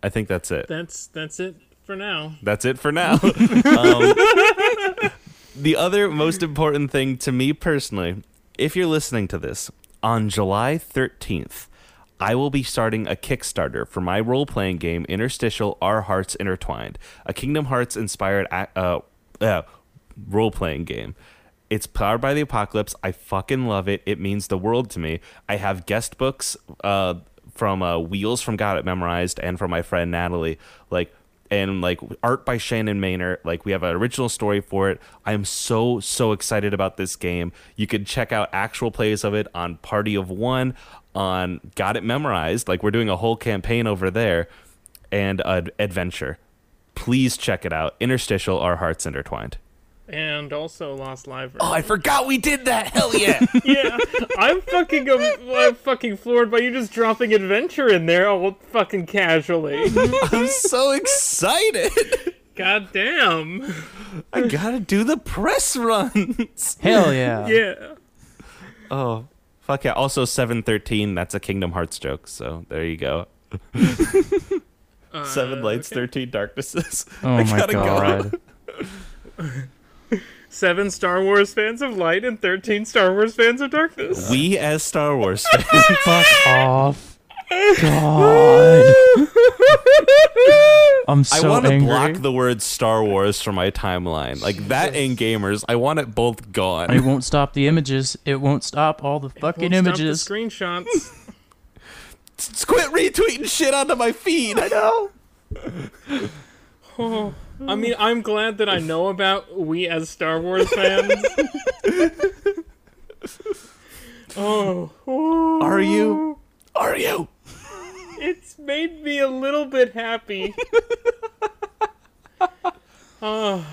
Speaker 3: I think that's it
Speaker 2: That's that's it for now.
Speaker 3: that's it for now. um, [LAUGHS] the other most important thing to me personally, if you're listening to this, on July 13th, I will be starting a Kickstarter for my role playing game Interstitial Our Hearts Intertwined, a Kingdom Hearts inspired ac- uh, uh, role playing game. It's powered by the apocalypse. I fucking love it. It means the world to me. I have guest books uh, from uh, Wheels from Got It memorized and from my friend Natalie. Like, and like art by Shannon Maynor. Like we have an original story for it. I am so so excited about this game. You can check out actual plays of it on Party of One, on Got It Memorized. Like we're doing a whole campaign over there, and uh, adventure. Please check it out. Interstitial, our hearts intertwined.
Speaker 2: And also Lost Library.
Speaker 3: Oh, I forgot we did that. Hell yeah!
Speaker 2: yeah, I'm fucking um, I'm fucking floored by you just dropping adventure in there all fucking casually.
Speaker 3: [LAUGHS] I'm so excited. [LAUGHS]
Speaker 2: God damn.
Speaker 3: I gotta do the press runs.
Speaker 1: Hell yeah.
Speaker 2: Yeah.
Speaker 3: Oh, fuck yeah. Also, 713, that's a Kingdom Hearts joke, so there you go. Seven lights, 13 darknesses.
Speaker 1: Oh
Speaker 3: [LAUGHS] I
Speaker 1: my
Speaker 3: gotta go.
Speaker 1: god.
Speaker 2: Seven Star Wars fans of light and thirteen Star Wars fans of darkness.
Speaker 3: We as Star Wars fans.
Speaker 1: Fuck off. God. I'm [LAUGHS]
Speaker 3: I
Speaker 1: so
Speaker 3: want to
Speaker 1: angry.
Speaker 3: block the word Star Wars from my timeline. Like that and gamers, I want it both gone.
Speaker 1: it won't stop the images. It won't stop all the fucking
Speaker 2: Won't stop the
Speaker 1: images.
Speaker 2: Screenshots.
Speaker 3: S- Quit retweeting shit onto my feed. I know.
Speaker 2: Oh, [LAUGHS] I mean, I'm glad that I know about we as Star Wars [LAUGHS] fans. oh,
Speaker 3: Are you? Are you?
Speaker 2: it's made me a little bit [LAUGHS] happy. oh,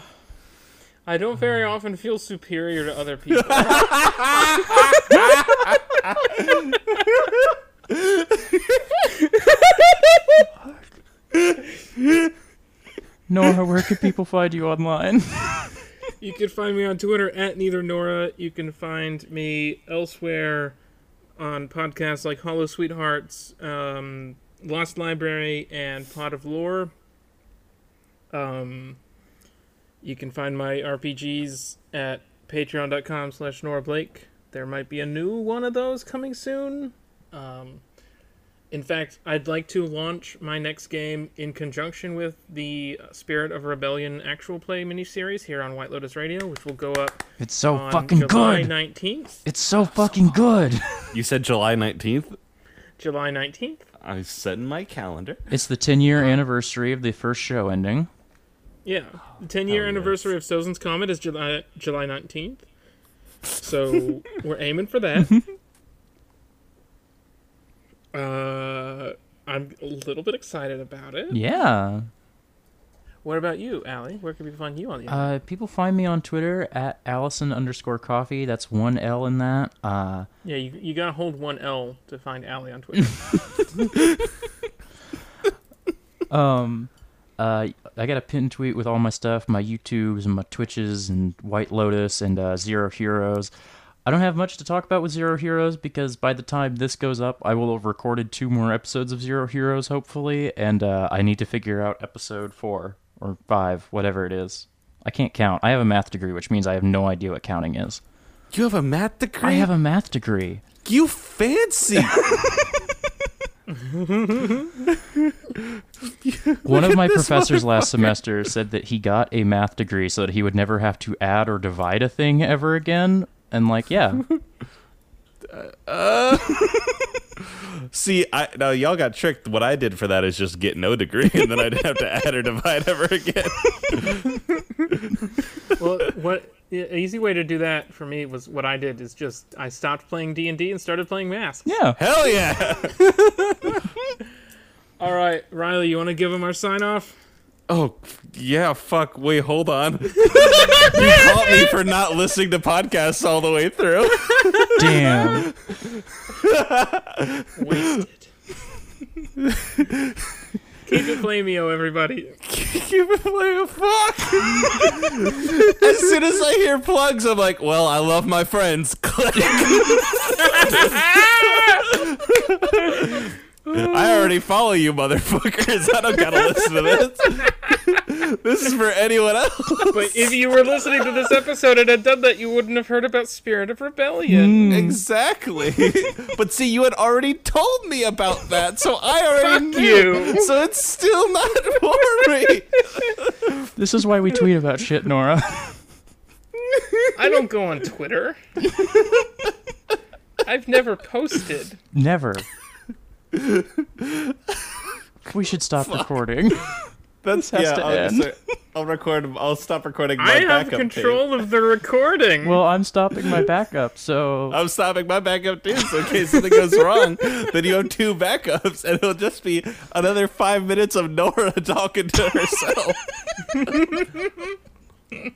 Speaker 2: I don't very often feel superior to other people.
Speaker 1: Nora, where can people find you online? [LAUGHS]
Speaker 2: You can find me on Twitter at neither Nora. You can find me elsewhere on podcasts like Hollow Sweethearts, um, Lost Library, and Pot of Lore. Um, you can find my RPGs at patreon.com slash Nora Blake. There might be a new one of those coming soon. Um, in fact, I'd like to launch my next game in conjunction with the Spirit of Rebellion actual play miniseries here on White Lotus Radio, which will go up
Speaker 1: It's so
Speaker 2: on
Speaker 1: fucking
Speaker 2: July
Speaker 1: good.
Speaker 2: 19th.
Speaker 1: It's so fucking good.
Speaker 3: You said July 19th?
Speaker 2: July 19th.
Speaker 3: I set in my calendar.
Speaker 1: It's the 10 year anniversary of the first show ending.
Speaker 2: Yeah. The 10 year
Speaker 3: Hell
Speaker 2: anniversary of Sozin's Comet is July July 19th. [LAUGHS] So we're aiming for [LAUGHS] that. uh, I'm a little bit excited about it.
Speaker 1: Yeah.
Speaker 2: What about you, Allie? Where can people find you on the
Speaker 1: Uh, people find me on Twitter at Allison underscore coffee. That's one L in that. Uh,
Speaker 2: Yeah, you, you gotta hold one L to find Allie on Twitter.
Speaker 1: um, uh, I got a pin tweet with all my stuff, my YouTubes and my Twitches and White Lotus and uh, Zero Heroes. I don't have much to talk about with Zero Heroes because by the time this goes up, I will have recorded two more episodes of Zero Heroes, hopefully, and uh, I need to figure out episode four or five, whatever it is. I can't count. I have a math degree, which means I have no idea what counting is.
Speaker 3: You have a math degree?
Speaker 1: I have a math degree.
Speaker 3: You fancy!
Speaker 1: One of my professors last semester said that he got a math degree so that he would never have to add or divide a thing ever again. And like, yeah,
Speaker 3: See, I now y'all got tricked. What I did for that is just get no degree, and then I'd have to add or divide ever again.
Speaker 2: [LAUGHS]
Speaker 3: [LAUGHS]
Speaker 2: well, [LAUGHS] what an easy way to do that for me was what I did is just I stopped playing D and D and started playing Masks.
Speaker 1: yeah.
Speaker 3: Hell yeah!
Speaker 2: All right, Riley, you want to give him our sign off?
Speaker 3: Oh yeah, fuck. Wait, hold [LAUGHS] on. you caught me for not listening to podcasts all the way through.
Speaker 1: Damn.
Speaker 2: Wasted. [LAUGHS] Keep it flameo, everybody.
Speaker 3: Keep it playing. Fuck. [LAUGHS] as soon as I hear plugs, I'm like, well, I love my friends. [LAUGHS] Click. I already follow you, motherfuckers. I don't gotta listen to this. this is for anyone else.
Speaker 2: But if you were listening to this episode and had done that, you wouldn't have heard about Spirit of
Speaker 3: Mm.
Speaker 2: Rebellion.
Speaker 3: [LAUGHS] Exactly. but see, you had already told me about that, so I already
Speaker 2: Fuck
Speaker 3: knew.
Speaker 2: you.
Speaker 3: So it's still not [LAUGHS] for me.
Speaker 1: This is why we tweet about shit, Nora. [LAUGHS]
Speaker 2: I don't go on
Speaker 3: [LAUGHS]
Speaker 2: Twitter. I've never posted.
Speaker 1: Never. We should stop recording.
Speaker 3: That's
Speaker 1: has
Speaker 3: yeah.
Speaker 1: to
Speaker 3: I'll,
Speaker 1: end.
Speaker 3: just- I'll record. I'll stop recording. My
Speaker 2: I have
Speaker 3: backup Tape.
Speaker 2: control of the recording.
Speaker 1: Well, I'm stopping my backup, so
Speaker 3: I'm stopping my backup too, so in case something goes wrong, then you have two backups, and it'll just be another [LAUGHS] five minutes of Nora talking to herself.